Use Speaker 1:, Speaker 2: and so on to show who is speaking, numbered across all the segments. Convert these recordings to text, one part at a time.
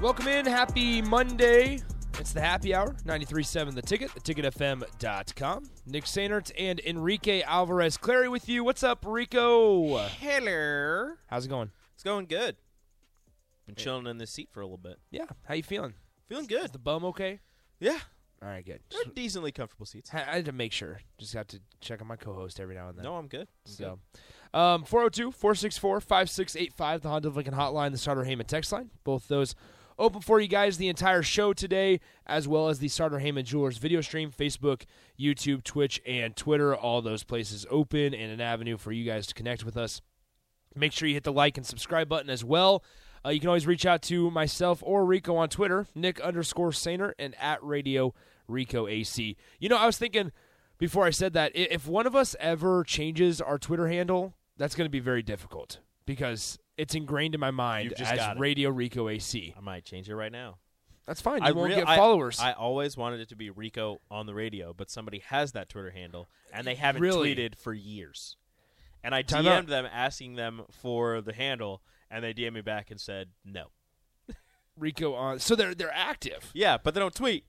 Speaker 1: Welcome in. Happy Monday. It's the happy hour, 93.7 The Ticket, theticketfm.com. Nick Sainert and Enrique Alvarez Clary with you. What's up, Rico?
Speaker 2: Hello.
Speaker 1: How's it going?
Speaker 2: It's going good. Been chilling in this seat for a little bit.
Speaker 1: Yeah. How you feeling?
Speaker 2: Feeling
Speaker 1: Is
Speaker 2: good.
Speaker 1: the bum okay?
Speaker 2: Yeah.
Speaker 1: All right, good. Just-
Speaker 2: They're decently comfortable seats.
Speaker 1: I I had to make sure. Just have to check on my co-host every now and then.
Speaker 2: No, I'm good. I'm
Speaker 1: So, um, 402-464-5685, the Honda of Lincoln hotline, the Starter Heyman text line. Both those open for you guys the entire show today, as well as the Starter Heyman Jewelers video stream, Facebook, YouTube, Twitch, and Twitter. All those places open and an avenue for you guys to connect with us. Make sure you hit the like and subscribe button as well. Uh, you can always reach out to myself or Rico on Twitter, Nick underscore Saner and at Radio Rico AC. You know, I was thinking before I said that i- if one of us ever changes our Twitter handle, that's going to be very difficult because it's ingrained in my mind
Speaker 2: You've just
Speaker 1: as
Speaker 2: got it.
Speaker 1: Radio Rico AC.
Speaker 2: good. I might change it right now.
Speaker 1: That's fine. You
Speaker 2: I
Speaker 1: won't
Speaker 2: rea-
Speaker 1: get
Speaker 2: I-
Speaker 1: followers.
Speaker 2: I, always wanted it to be Rico on the radio, but somebody has that Twitter handle and they haven't
Speaker 1: Really?
Speaker 2: tweeted for years. And I
Speaker 1: Time
Speaker 2: DM'd
Speaker 1: out.
Speaker 2: them asking them for the handle, and they DM me back and said no.
Speaker 1: Rico on. So they're they're active.
Speaker 2: Yeah, but they don't tweet.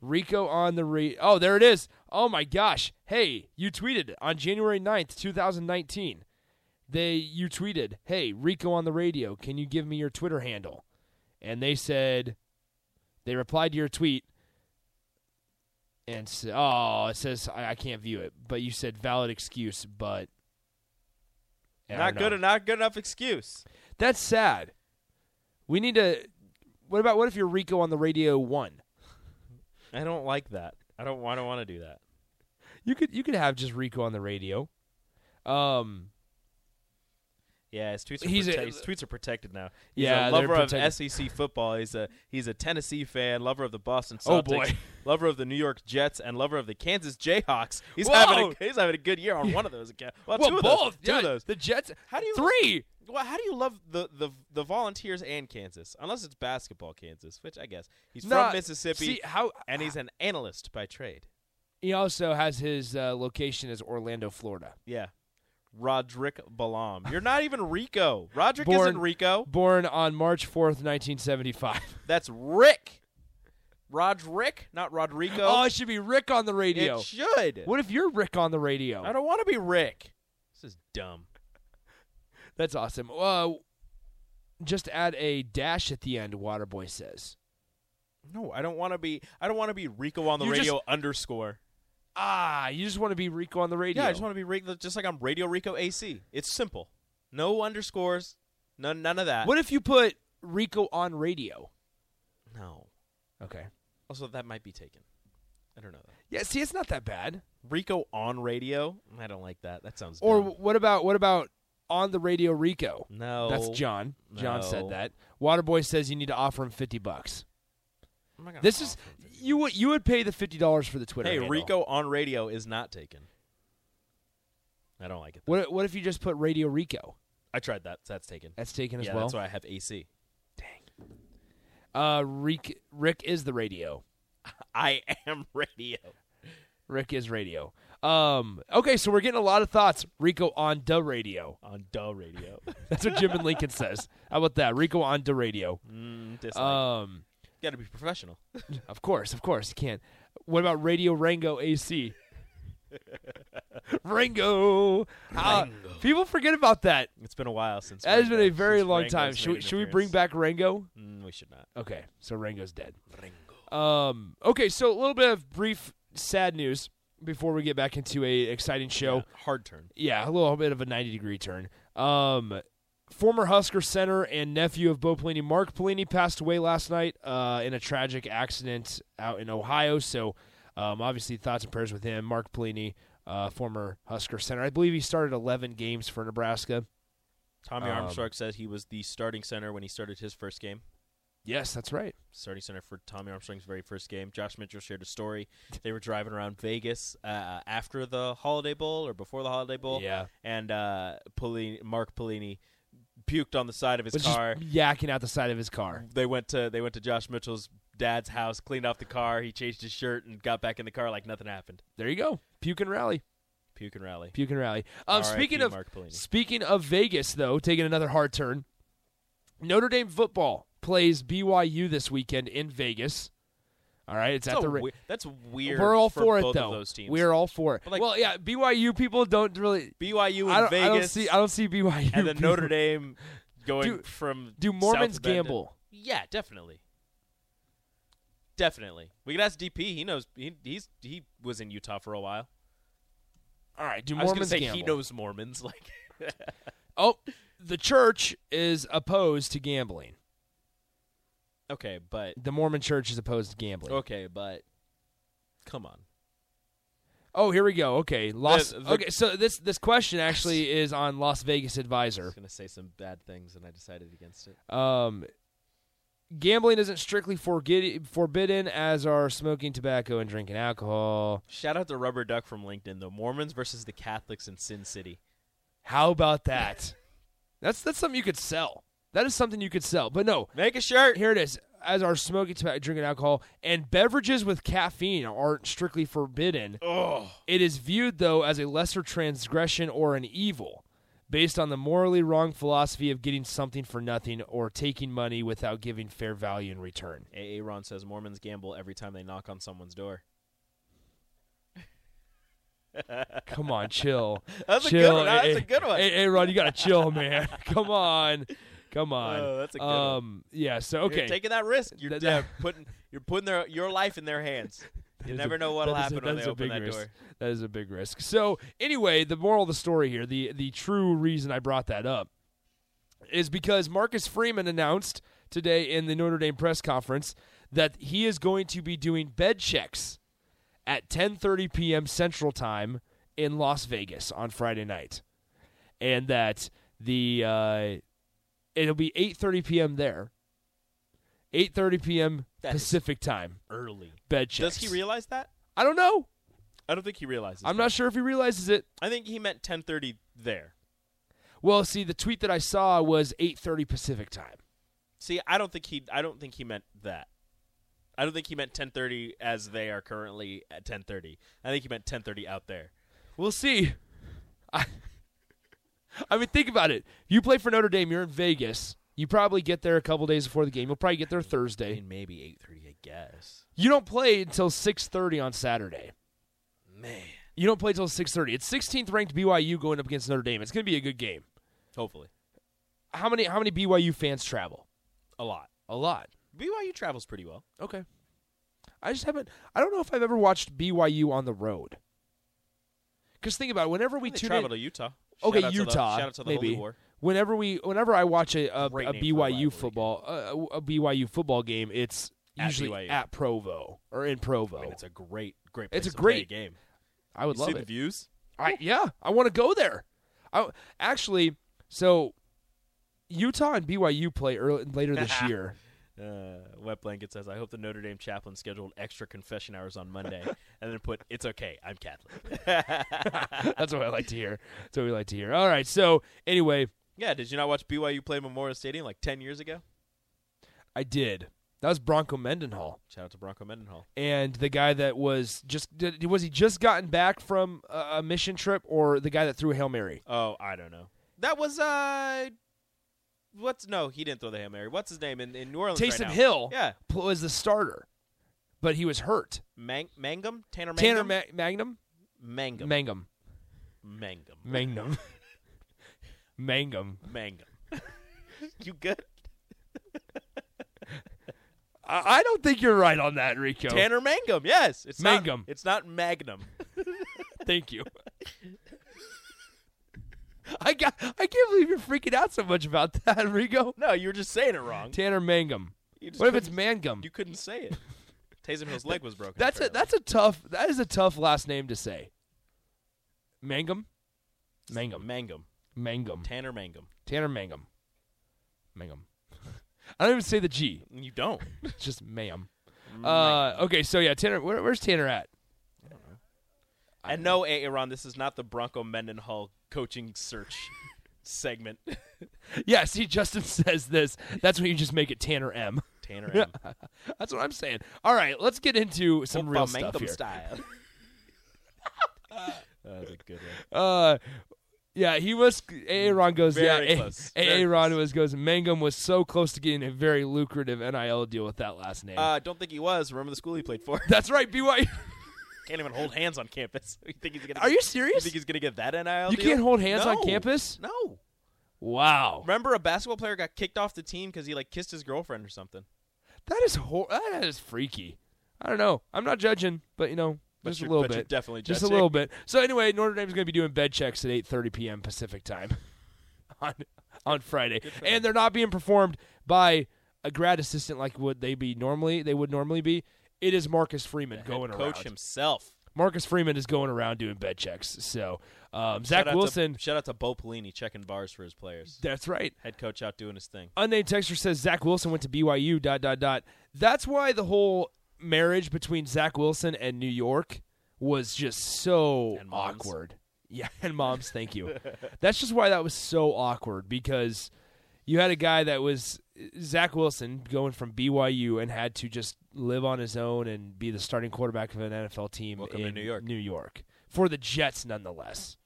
Speaker 1: Rico on the re. Oh, there it is. Oh my gosh. Hey, you tweeted on January 9th, 2019. They you tweeted, "Hey, Rico on the radio, can you give me your Twitter handle?" And they said they replied to your tweet and said, "Oh, it says I, I can't view it, but you said valid excuse, but And I
Speaker 2: Not
Speaker 1: don't
Speaker 2: good,
Speaker 1: know.
Speaker 2: not good enough excuse.
Speaker 1: That's sad. We need to What about what if you're Rico on the radio 1?
Speaker 2: I don't like that. I don't. I don't want to do that.
Speaker 1: You could you could have just Rico on the radio. Um
Speaker 2: Yeah, his tweets are,
Speaker 1: He's a-
Speaker 2: prote- his tweets are protected now. He's
Speaker 1: Yeah,
Speaker 2: a
Speaker 1: they're
Speaker 2: lover of
Speaker 1: protected.
Speaker 2: SEC football. He's a he's a Tennessee fan, lover of the Boston Celtics,
Speaker 1: Oh, boy.
Speaker 2: lover of the New York Jets, and lover of the Kansas Jayhawks. He's
Speaker 1: Whoa!
Speaker 2: having a, he's having a good year on one of those accounts. Well,
Speaker 1: Well,
Speaker 2: Oh, two of
Speaker 1: both.
Speaker 2: those, two
Speaker 1: yeah,
Speaker 2: of those.
Speaker 1: The Jets.
Speaker 2: How do you-
Speaker 1: Three.
Speaker 2: Well, how do you love the, the the Volunteers and Kansas? Unless it's basketball Kansas, which I guess he's
Speaker 1: Nah,
Speaker 2: from Mississippi,
Speaker 1: See how
Speaker 2: and he's an analyst by trade.
Speaker 1: he also has his uh, location as Orlando, Florida.
Speaker 2: Yeah, Roderick Balam. You're not even Rico. Roderick
Speaker 1: Born-
Speaker 2: isn't Rico.
Speaker 1: Born on March fourth, nineteen seventy-five.
Speaker 2: That's Rick. Roderick, not Rodrigo.
Speaker 1: Oh, it should be Rick on the radio.
Speaker 2: It should.
Speaker 1: What if you're Rick on the radio?
Speaker 2: I don't want to be Rick. This is dumb.
Speaker 1: That's awesome. Uh, just add a dash at the end. Waterboy says.
Speaker 2: No, I don't want to be. I don't want to be Rico on the
Speaker 1: You just-
Speaker 2: radio underscore.
Speaker 1: Ah, you just want to be Rico on the radio.
Speaker 2: Yeah, I just want to be Rico, just like I'm Radio Rico AC. It's simple. No underscores. None. None of that.
Speaker 1: What if you put Rico on radio?
Speaker 2: No.
Speaker 1: Okay.
Speaker 2: Also, that might be taken. I don't know. That.
Speaker 1: Yeah. See, it's not that bad.
Speaker 2: Rico on radio. I don't like that. That sounds.
Speaker 1: Or
Speaker 2: dumb.
Speaker 1: what about what about on the radio Rico?
Speaker 2: no.
Speaker 1: That's John. John said
Speaker 2: No.
Speaker 1: that. Waterboy says you need to offer him fifty bucks.
Speaker 2: I'm not gonna
Speaker 1: This is
Speaker 2: offer him fifty
Speaker 1: you would you would pay the fifty dollars for the Twitter.
Speaker 2: Hey,
Speaker 1: handle.
Speaker 2: Rico on radio is not taken. I don't like it. though.
Speaker 1: What what if you just put Radio Rico?
Speaker 2: I tried that. That's taken.
Speaker 1: That's taken as
Speaker 2: yeah,
Speaker 1: well.
Speaker 2: that's why I have AC.
Speaker 1: Uh, Rick Rick is the radio.
Speaker 2: I am radio.
Speaker 1: Rick is radio. Um, okay, so we're getting a lot of thoughts. Rico on the radio.
Speaker 2: On duh radio.
Speaker 1: That's what Jim and Lincoln says. How about that? Rico on the radio.
Speaker 2: mm, dislike.
Speaker 1: Um,
Speaker 2: Got to be professional.
Speaker 1: of course, of course, you can't. What about Radio Rango AC? Rango. Ah, people forget about that.
Speaker 2: It's been a while since.
Speaker 1: That has been a
Speaker 2: Rango-
Speaker 1: very
Speaker 2: since
Speaker 1: long
Speaker 2: Rango's
Speaker 1: time.
Speaker 2: made
Speaker 1: Should we,
Speaker 2: an
Speaker 1: should we
Speaker 2: appearance.
Speaker 1: bring back Rango?
Speaker 2: Mm, we should not.
Speaker 1: Okay, so Rango's dead.
Speaker 2: Rango.
Speaker 1: Um, okay, so a little bit of brief sad news before we get back into a exciting show.
Speaker 2: Yeah, hard turn.
Speaker 1: Yeah, a little bit of a 90 degree turn. Um, former Husker center and nephew of Bo Pelini, Mark Pelini, passed away last night uh, in a tragic accident out in Ohio. So Um, obviously, thoughts and prayers with him. Mark Pelini, uh, former Husker center. I believe he started 11 games for Nebraska.
Speaker 2: Tommy
Speaker 1: Um,
Speaker 2: Armstrong said he was the starting center when he started his first game.
Speaker 1: Yes, that's right.
Speaker 2: starting center for Tommy Armstrong's very first game. Josh Mitchell shared a story. They were driving around Vegas uh, after the Holiday Bowl or before the Holiday Bowl.
Speaker 1: Yeah.
Speaker 2: And uh, Pelini, Mark Pelini puked on the side of his
Speaker 1: Was just
Speaker 2: car.
Speaker 1: yakking out the side of his car.
Speaker 2: They went to they went to Josh Mitchell's dad's house, cleaned off the car. He changed his shirt and got back in the car like nothing happened.
Speaker 1: There you go. Puke and rally.
Speaker 2: Puke and rally.
Speaker 1: Puke and rally. Um,
Speaker 2: RIP
Speaker 1: speaking of
Speaker 2: Mark Pelini.
Speaker 1: speaking of Vegas, though, taking another hard turn. Notre Dame football plays BYU this weekend in Vegas. All right, it's
Speaker 2: That's,
Speaker 1: at the
Speaker 2: a
Speaker 1: Ra-
Speaker 2: we- that's weird.
Speaker 1: We're all for, it
Speaker 2: both
Speaker 1: though.
Speaker 2: Of those teams.
Speaker 1: We're all for it.
Speaker 2: But, like-
Speaker 1: well, yeah, BYU people don't really.
Speaker 2: BYU in
Speaker 1: I don't,
Speaker 2: Vegas.
Speaker 1: I don't see. I don't see BYU.
Speaker 2: and then
Speaker 1: people-
Speaker 2: Notre Dame going
Speaker 1: Do-
Speaker 2: from
Speaker 1: do
Speaker 2: south
Speaker 1: Mormons
Speaker 2: of Bend to-
Speaker 1: gamble?
Speaker 2: Yeah, definitely. Definitely. We could ask DP. He knows. He, he's he was in Utah for a while.
Speaker 1: All right, do
Speaker 2: I was gonna
Speaker 1: Mormons
Speaker 2: say
Speaker 1: gamble?
Speaker 2: he knows Mormons. Like
Speaker 1: Oh, the church is opposed to gambling.
Speaker 2: okay, but
Speaker 1: The Mormon church is opposed to gambling.
Speaker 2: okay, but come on.
Speaker 1: Oh, here we go. Okay, Las.
Speaker 2: The- the-
Speaker 1: okay, so this this question actually is on Las Vegas
Speaker 2: I
Speaker 1: Advisor.
Speaker 2: was gonna say some bad things, and I decided against it.
Speaker 1: Um, gambling isn't strictly forget- forbidden, as are smoking tobacco and drinking alcohol.
Speaker 2: Shout out to Rubber Duck from LinkedIn. The Mormons versus the Catholics in Sin City.
Speaker 1: How about that? that's that's something you could sell. That is something you could sell. But no,
Speaker 2: Make a shirt.
Speaker 1: here it is. As are smoking tobacco, drinking alcohol, and beverages with caffeine aren't strictly forbidden.
Speaker 2: Oh,
Speaker 1: It is viewed, though, as a lesser transgression or an evil, based on the morally wrong philosophy of getting something for nothing or taking money without giving fair value in return.
Speaker 2: AA Ron says Mormons gamble every time they knock on someone's door.
Speaker 1: Come on, chill.
Speaker 2: That's a good
Speaker 1: chill.
Speaker 2: one. That's
Speaker 1: Hey,
Speaker 2: a good one.
Speaker 1: Hey, hey, Ron, you gotta chill, man. Come on, come on.
Speaker 2: Oh, that's a good one.
Speaker 1: um, Yeah. So okay.
Speaker 2: You're taking that risk. You're
Speaker 1: That-
Speaker 2: yeah,
Speaker 1: that-
Speaker 2: putting you're putting their your life in their hands. You
Speaker 1: That is
Speaker 2: never
Speaker 1: a-
Speaker 2: know what'll
Speaker 1: that is a-
Speaker 2: happen when
Speaker 1: that
Speaker 2: they
Speaker 1: is a
Speaker 2: open
Speaker 1: big
Speaker 2: that
Speaker 1: risk.
Speaker 2: door.
Speaker 1: That is a big risk. So anyway, the moral of the story here, the the true reason I brought that up, is because Marcus Freeman announced today in the Notre Dame press conference that he is going to be doing bed checks at 10:30 p.m. Central Time in Las Vegas on Friday night, and that the uh, it'll be 8:30 p.m. there, 8:30 p.m.
Speaker 2: That is-
Speaker 1: Pacific Time
Speaker 2: Early.
Speaker 1: bed checks.
Speaker 2: Does he realize that?
Speaker 1: I don't know.
Speaker 2: I don't think he realizes.
Speaker 1: I'm not sure if he realizes it.
Speaker 2: I think he meant 10:30 there.
Speaker 1: Well, see, the tweet that I saw was 8:30 Pacific time.
Speaker 2: See, I don't think he. I don't think he meant that. I don't think he meant 10:30 as they are currently at 10:30. I think he meant 10:30 out there.
Speaker 1: We'll see. I, I mean, think about it. You play for Notre Dame. You're in Vegas. You probably get there a couple days before the game. You'll probably get there
Speaker 2: I
Speaker 1: Thursday.
Speaker 2: mean, maybe 8:30. I guess.
Speaker 1: You don't play until 6:30 on Saturday.
Speaker 2: Man.
Speaker 1: You don't play until 6:30. It's 16th ranked BYU going up against Notre Dame. It's going to be a good game.
Speaker 2: Hopefully,
Speaker 1: How many how many BYU fans travel?
Speaker 2: a lot.
Speaker 1: A lot.
Speaker 2: BYU travels pretty well.
Speaker 1: Okay. I just haven't. I don't know if I've ever watched BYU on the road. Because think about it, whenever we
Speaker 2: they
Speaker 1: tune
Speaker 2: travel
Speaker 1: in,
Speaker 2: to Utah.
Speaker 1: okay,
Speaker 2: Shout out to the-
Speaker 1: Utah,
Speaker 2: shout out to the
Speaker 1: maybe.
Speaker 2: Holy War.
Speaker 1: Whenever we, whenever I watch a, a, a
Speaker 2: Great name for a
Speaker 1: BYU
Speaker 2: rivalry.
Speaker 1: football, uh, a, a BYU football game, it's
Speaker 2: At
Speaker 1: usually
Speaker 2: BYU.
Speaker 1: at Provo or in Provo. I,
Speaker 2: I mean, it's a great, great. Place
Speaker 1: It's a
Speaker 2: to play
Speaker 1: great-
Speaker 2: game.
Speaker 1: would
Speaker 2: you
Speaker 1: love
Speaker 2: see
Speaker 1: it.
Speaker 2: the views.
Speaker 1: I yeah, I want to go there. I actually so Utah and BYU play early, later this year.
Speaker 2: Uh, Wet blanket says, "I hope the Notre Dame chaplain scheduled extra confession hours on Monday, and then put it's okay. I'm Catholic."
Speaker 1: That's what I like to hear. That's what we like to hear. All right. So anyway,
Speaker 2: yeah, did you not watch BYU play Memorial Stadium like ten years ago?
Speaker 1: I did. That was Bronco Mendenhall.
Speaker 2: Shout out to Bronco Mendenhall.
Speaker 1: and the guy that was just did, was he just gotten back from a, a mission trip or the guy that threw a hail mary?
Speaker 2: Oh, I don't know. That was uh, what's no? He didn't throw the hail mary. What's his name in, in New Orleans?
Speaker 1: Taysom
Speaker 2: right now?
Speaker 1: Hill
Speaker 2: Yeah,
Speaker 1: pl- was the starter, but he was hurt.
Speaker 2: Mang- Mangum, Tanner Mangum,
Speaker 1: Tanner Ma- Magnum,
Speaker 2: Mangum,
Speaker 1: Mangum,
Speaker 2: Mangum,
Speaker 1: Magnum, Mangum.
Speaker 2: Mangum. you good?
Speaker 1: I, I don't think you're right on that, Rico.
Speaker 2: Tanner Mangum. Yes, it's not-
Speaker 1: Mangum.
Speaker 2: it's not Magnum.
Speaker 1: thank you. I got. I can't believe you're freaking out so much about that, Rico.
Speaker 2: No, you were just saying it wrong.
Speaker 1: Tanner Mangum.
Speaker 2: You just
Speaker 1: What if it's
Speaker 2: couldn't-
Speaker 1: Mangum?
Speaker 2: You couldn't say it. Taysom Hill's leg was broken.
Speaker 1: That's a that's
Speaker 2: apparently.
Speaker 1: a tough that is a tough last name to say. Mangum, Mangum,
Speaker 2: Mangum.
Speaker 1: Mangum,
Speaker 2: Tanner Mangum.
Speaker 1: Tanner Mangum, Mangum. I don't even say the G.
Speaker 2: You don't.
Speaker 1: It's just ma'am. Uh, okay, so yeah, Tanner. Where, where's Tanner at?
Speaker 2: And no, Aaron, this is not the Bronco Mendenhall coaching search segment.
Speaker 1: Yeah, see, Justin says this. That's when you just make it Tanner M.
Speaker 2: Tanner M.
Speaker 1: That's what I'm saying. All right, let's get into some real
Speaker 2: Opa
Speaker 1: stuff
Speaker 2: Mangum
Speaker 1: here. Oh,
Speaker 2: style. that was a good one.
Speaker 1: Uh, yeah, he was. Aaron goes.
Speaker 2: Very
Speaker 1: yeah,
Speaker 2: close. Very
Speaker 1: Aaron
Speaker 2: close.
Speaker 1: was goes. Mangum was so close to getting a very lucrative NIL deal with that last name.
Speaker 2: Uh, don't think he was. Remember the school he played for.
Speaker 1: That's right, BYU.
Speaker 2: Can't even hold hands on campus. You think he's gonna?
Speaker 1: Are you
Speaker 2: You
Speaker 1: serious?
Speaker 2: think he's gonna get that NIL?
Speaker 1: You
Speaker 2: deal?
Speaker 1: can't hold hands on
Speaker 2: No.
Speaker 1: campus?
Speaker 2: No.
Speaker 1: Wow,
Speaker 2: Remember, a basketball player got kicked off the team because he like kissed his girlfriend or something.
Speaker 1: that is hor- that is freaky. I don't know. I'm not judging, but you know,
Speaker 2: But
Speaker 1: just a
Speaker 2: you're-
Speaker 1: little
Speaker 2: but
Speaker 1: bit.
Speaker 2: you're definitely
Speaker 1: just a
Speaker 2: judging.
Speaker 1: little bit. So anyway, Notre Dame's going to be doing bed checks at 8:30 p.m. Pacific time on on Friday, and they're not being performed by a grad assistant like would they be normally. They would normally be. It is Marcus Freeman going
Speaker 2: Coach
Speaker 1: around.
Speaker 2: himself.
Speaker 1: Marcus Freeman is going around doing bed checks. So um,
Speaker 2: Shout
Speaker 1: Zach
Speaker 2: out to-
Speaker 1: Wilson.
Speaker 2: shout out to Bo Pelini checking bars for his players.
Speaker 1: that's right.
Speaker 2: Head coach out doing his thing.
Speaker 1: unnamed texter says Zach Wilson went to BYU. Dot dot dot. That's why the whole marriage between Zach Wilson and New York was just so
Speaker 2: And moms.
Speaker 1: awkward. Yeah, and moms, thank you. That's just why that was so awkward because you had a guy that was Zach Wilson going from BYU and had to just live on his own and be the starting quarterback of an NFL team
Speaker 2: Welcome
Speaker 1: in
Speaker 2: to New York.
Speaker 1: New York for the Jets, nonetheless.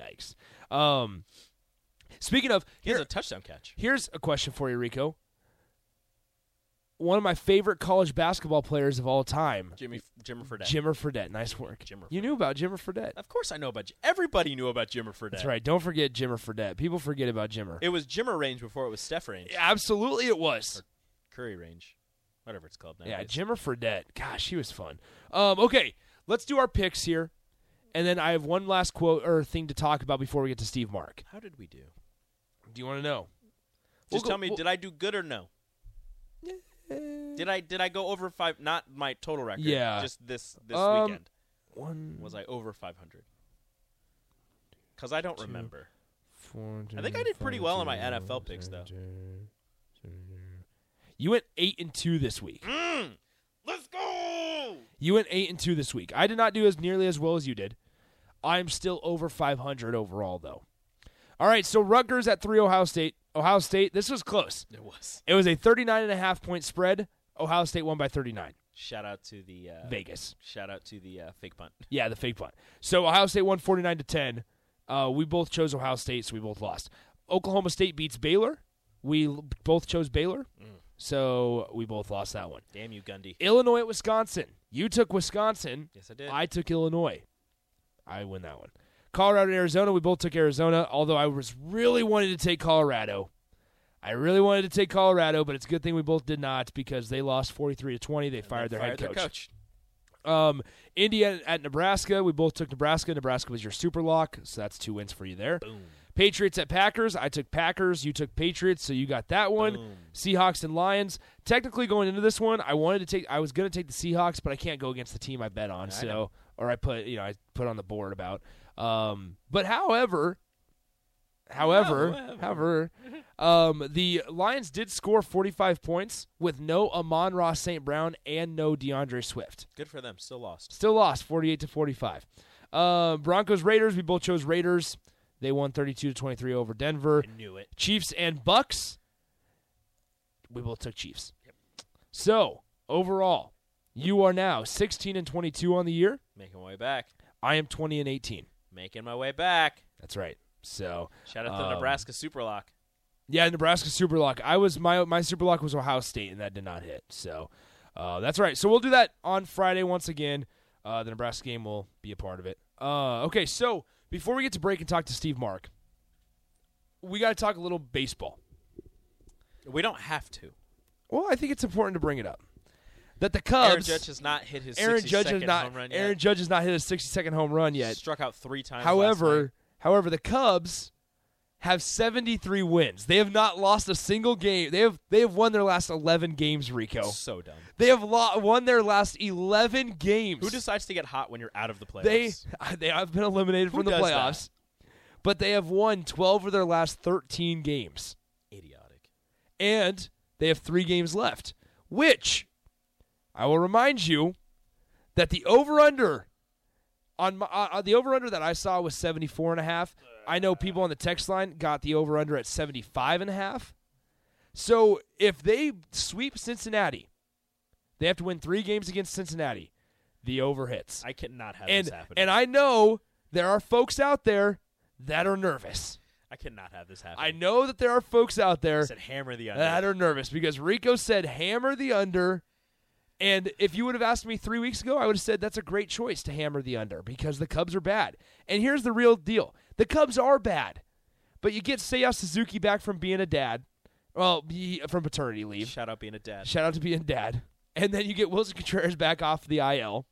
Speaker 1: Yikes. Um, speaking of,
Speaker 2: He has a touchdown catch.
Speaker 1: Here's a question for you, Rico. One of my favorite college basketball players of all time,
Speaker 2: Jimmy Jimmer Fredette.
Speaker 1: Jimmer Fredette. Nice work.
Speaker 2: Jimmer
Speaker 1: You knew about Jimmer Fredette.
Speaker 2: Of course, I know about. J- Everybody knew about Jimmer Fredette.
Speaker 1: That's right. Don't forget Jimmer Fredette. People forget about Jimmer.
Speaker 2: It was Jimmer range before it was Steph range,
Speaker 1: Absolutely, it was.
Speaker 2: Curry range, whatever it's called now.
Speaker 1: Yeah, Jimmer Fredette. Gosh, he was fun. Um, okay, let's do our picks here, and then I have one last quote or thing to talk about before we get to Steve Mark.
Speaker 2: How did we do? Just
Speaker 1: Do you want to know? go-
Speaker 2: tell me,
Speaker 1: we'll-
Speaker 2: did I do good or no? Did I did I go over five? Not my total record.
Speaker 1: Yeah.
Speaker 2: Just this this
Speaker 1: Um,
Speaker 2: weekend
Speaker 1: One,
Speaker 2: was I over five hundred? Because I don't remember.
Speaker 1: four,
Speaker 2: I think I did pretty well in my NFL picks though.
Speaker 1: You went eight and two this week.
Speaker 2: Let's go.
Speaker 1: You went eight and two this week. I did not do as nearly as well as you did. I'm still over 500 overall, though. All right, so Rutgers at three Ohio State. Ohio State. This was close.
Speaker 2: It was.
Speaker 1: It was a 39 and a half point spread. Ohio State won by 39.
Speaker 2: Shout out to the uh,
Speaker 1: Vegas.
Speaker 2: Shout out to the uh, fake punt.
Speaker 1: Yeah, the fake punt. So Ohio State won 49 to 10. Uh, we both chose Ohio State, so we both lost. Oklahoma State beats Baylor. We l- both chose Baylor, so we both lost that one.
Speaker 2: Damn you, Gundy.
Speaker 1: Illinois at Wisconsin. You took Wisconsin.
Speaker 2: Yes, I did.
Speaker 1: I took Illinois. I win that one. Colorado and Arizona. We both took Arizona, although I was really wanted to take Colorado. I really wanted to take Colorado, but it's a good thing we both did not because they lost 43 to 20. They fired their head
Speaker 2: Fired
Speaker 1: coach. Um, Indiana at Nebraska. We both took Nebraska. Nebraska was your super lock, so that's two wins for you there. Boom. Patriots at Packers. I took Packers. You took Patriots, so you got that one. Seahawks and Lions. Technically, going into this one, I wanted to take. I was going to take the Seahawks, but I can't go against the team I bet on. so, or I put, you know, I put on the board about. Um, but however, however, however, um, the Lions did score 45 points with no Amon Ross St. Brown and no DeAndre Swift.
Speaker 2: Good for them. Still lost.
Speaker 1: Still lost 48 to 45. Uh, Broncos Raiders. We both chose Raiders. They won 32 to 23 over Denver.
Speaker 2: Knew it.
Speaker 1: Chiefs and Bucks. We both took Chiefs. So overall, you are now 16 and 22 on the year.
Speaker 2: Making my way back.
Speaker 1: I am 20 and 18.
Speaker 2: Making my way back.
Speaker 1: That's right. So
Speaker 2: Shout out to
Speaker 1: um,
Speaker 2: Nebraska Superlock.
Speaker 1: Yeah, Nebraska Superlock. I was my my Superlock was Ohio State, and that did not hit. So uh, that's right. So we'll do that on Friday once again. Uh, the Nebraska game will be a part of it. Uh, okay, so before we get to break and talk to Steve Mark, we got to talk a little baseball.
Speaker 2: We don't have to.
Speaker 1: Well, I think it's important to bring it up that the
Speaker 2: Aaron
Speaker 1: Cubs.
Speaker 2: Judge has not hit his
Speaker 1: Aaron
Speaker 2: 60
Speaker 1: Judge has
Speaker 2: second
Speaker 1: not.
Speaker 2: home run yet.
Speaker 1: Aaron Judge has not hit a sixty second home run yet.
Speaker 2: struck out three times. last night.
Speaker 1: However, however, the Cubs have 73 wins. They have not lost a single game. They have they have won their last 11 games, Rico.
Speaker 2: So dumb.
Speaker 1: They have lo- won their last 11 games.
Speaker 2: Who decides to get hot when you're out of the playoffs?
Speaker 1: they they have been eliminated
Speaker 2: Who
Speaker 1: from the
Speaker 2: does
Speaker 1: playoffs. But they have won 12 of their last 13 games
Speaker 2: idiotic.
Speaker 1: and they have three games left, which I will remind you that the over under on my, uh, uh, the over under that I saw was 74 and a half. I know people on the text line got the over under at 75 and a half. So if they sweep Cincinnati, they have to win three games against Cincinnati. The over hits.
Speaker 2: I cannot have
Speaker 1: and
Speaker 2: this happen.
Speaker 1: and I know there are folks out there that are nervous.
Speaker 2: I cannot have this happen.
Speaker 1: I know that there are folks out there
Speaker 2: I said hammer the under.
Speaker 1: that are nervous because Rico said hammer the under. And if you would have asked me three weeks ago, I would have said that's a great choice to hammer the under because the Cubs are bad. And here's the real deal the Cubs are bad. But you get Seiya Suzuki back from being a dad, well, he- from paternity leave.
Speaker 2: Shout out being a dad.
Speaker 1: Shout out to being dad. And then you get Wilson Contreras back off the IL.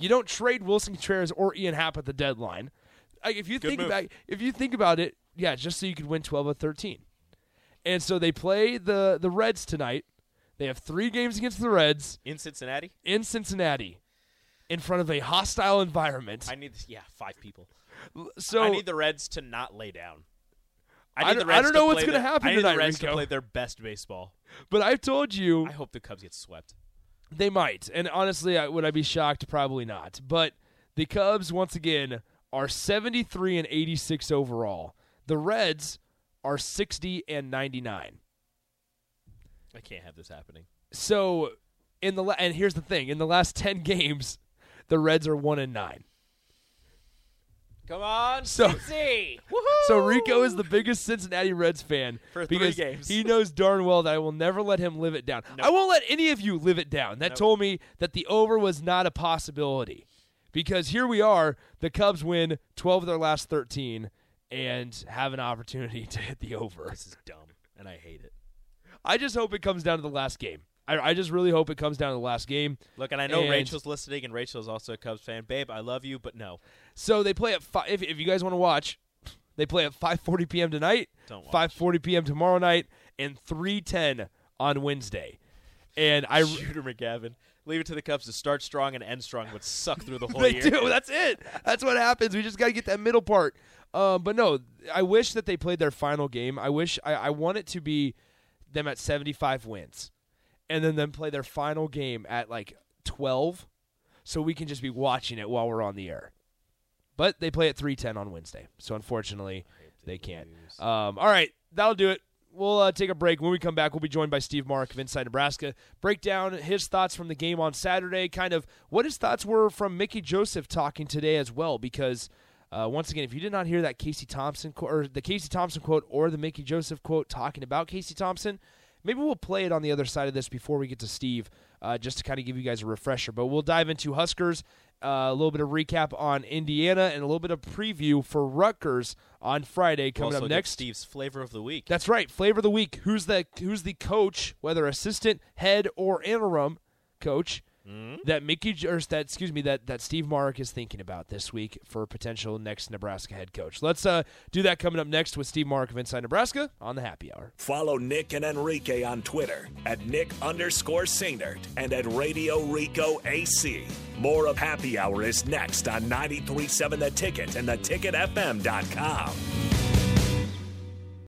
Speaker 1: You don't trade Wilson Contreras or Ian Happ at the deadline. Like if you think
Speaker 2: move.
Speaker 1: about if you think about it, yeah, just so you could win twelve of thirteen. And so they play the the Reds tonight. They have three games against the Reds
Speaker 2: In Cincinnati,
Speaker 1: in Cincinnati, in front of a hostile environment.
Speaker 2: I need yeah five people.
Speaker 1: so
Speaker 2: I need the Reds to not lay down.
Speaker 1: I
Speaker 2: need the
Speaker 1: don't- I
Speaker 2: Reds
Speaker 1: don't
Speaker 2: to
Speaker 1: know what's
Speaker 2: play
Speaker 1: gonna
Speaker 2: their-
Speaker 1: happen
Speaker 2: I need
Speaker 1: tonight,
Speaker 2: the Reds
Speaker 1: Rico.
Speaker 2: to play their best baseball.
Speaker 1: but I've told you,
Speaker 2: I hope the Cubs get swept.
Speaker 1: They might. And honestly, I, would I be shocked? Probably not. But the Cubs, once again, are 73 and 86 overall. The Reds are 60 and 99.
Speaker 2: I can't have this happening.
Speaker 1: So, in the la- and here's the thing in the last 10 games, the Reds are 1 and 9.
Speaker 2: Come on,
Speaker 1: So-
Speaker 2: Cincy!
Speaker 1: So Rico is the biggest Cincinnati Reds fan
Speaker 2: For three
Speaker 1: because
Speaker 2: games.
Speaker 1: he knows darn well that I will never let him live it down. I won't let any of you live it down. That told me that the over was not a possibility because here we are. The Cubs win 12 of their last 13 and have an opportunity to hit the over.
Speaker 2: this is dumb, and I hate it.
Speaker 1: I just hope it comes down to the last game. I, I just really hope it comes down to the last game.
Speaker 2: Look, and I know
Speaker 1: And-
Speaker 2: Rachel's listening, and Rachel's also a Cubs fan. Babe, I love you, but no.
Speaker 1: So they play at five. If, if you guys want to watch, they play at 5:40 p.m. tonight,
Speaker 2: Don't watch.
Speaker 1: 5:40 p.m. tomorrow night, and 3:10 on Wednesday. And I
Speaker 2: Shooter McGavin, leave it to the Cubs to start strong and end strong, but suck through the whole
Speaker 1: they
Speaker 2: year.
Speaker 1: do. That's it. That's what happens. We just got to get that middle part. Um, but no, I wish that they played their final game. I wish I, I want it to be them at 75 wins, and then them play their final game at like 12, so we can just be watching it while we're on the air. But they play at 3:10 on Wednesday, so unfortunately they can't. Um, all right, that'll do it. We'll uh, take a break. When we come back, we'll be joined by Steve Mark of Inside Nebraska. Break down his thoughts from the game on Saturday, kind of what his thoughts were from Mickey Joseph talking today as well. Because uh, once again, if you did not hear that Casey Thompson qu- or the Casey Thompson quote or the Mickey Joseph quote talking about Casey Thompson, Maybe we'll play it on the other side of this before we get to Steve, uh, just to kind of give you guys a refresher. But we'll dive into Huskers, uh, a little bit of recap on Indiana, and a little bit of preview for Rutgers on Friday
Speaker 2: We'll
Speaker 1: coming
Speaker 2: also
Speaker 1: up
Speaker 2: get
Speaker 1: next.
Speaker 2: Steve's flavor of the week.
Speaker 1: That's right, flavor of the week. Who's the who's the coach, whether assistant, head, or interim coach
Speaker 2: Mm-hmm.
Speaker 1: that Mickey J- or that excuse me that that Steve Mark is thinking about this week for potential next Nebraska head coach. Let's uh, do that coming up next with Steve Mark of Inside Nebraska on the Happy Hour.
Speaker 3: Follow Nick and Enrique on Twitter at Nick underscore Sainert and at Radio Rico AC. More of Happy Hour is next on 937 The Ticket and theticketfm.com.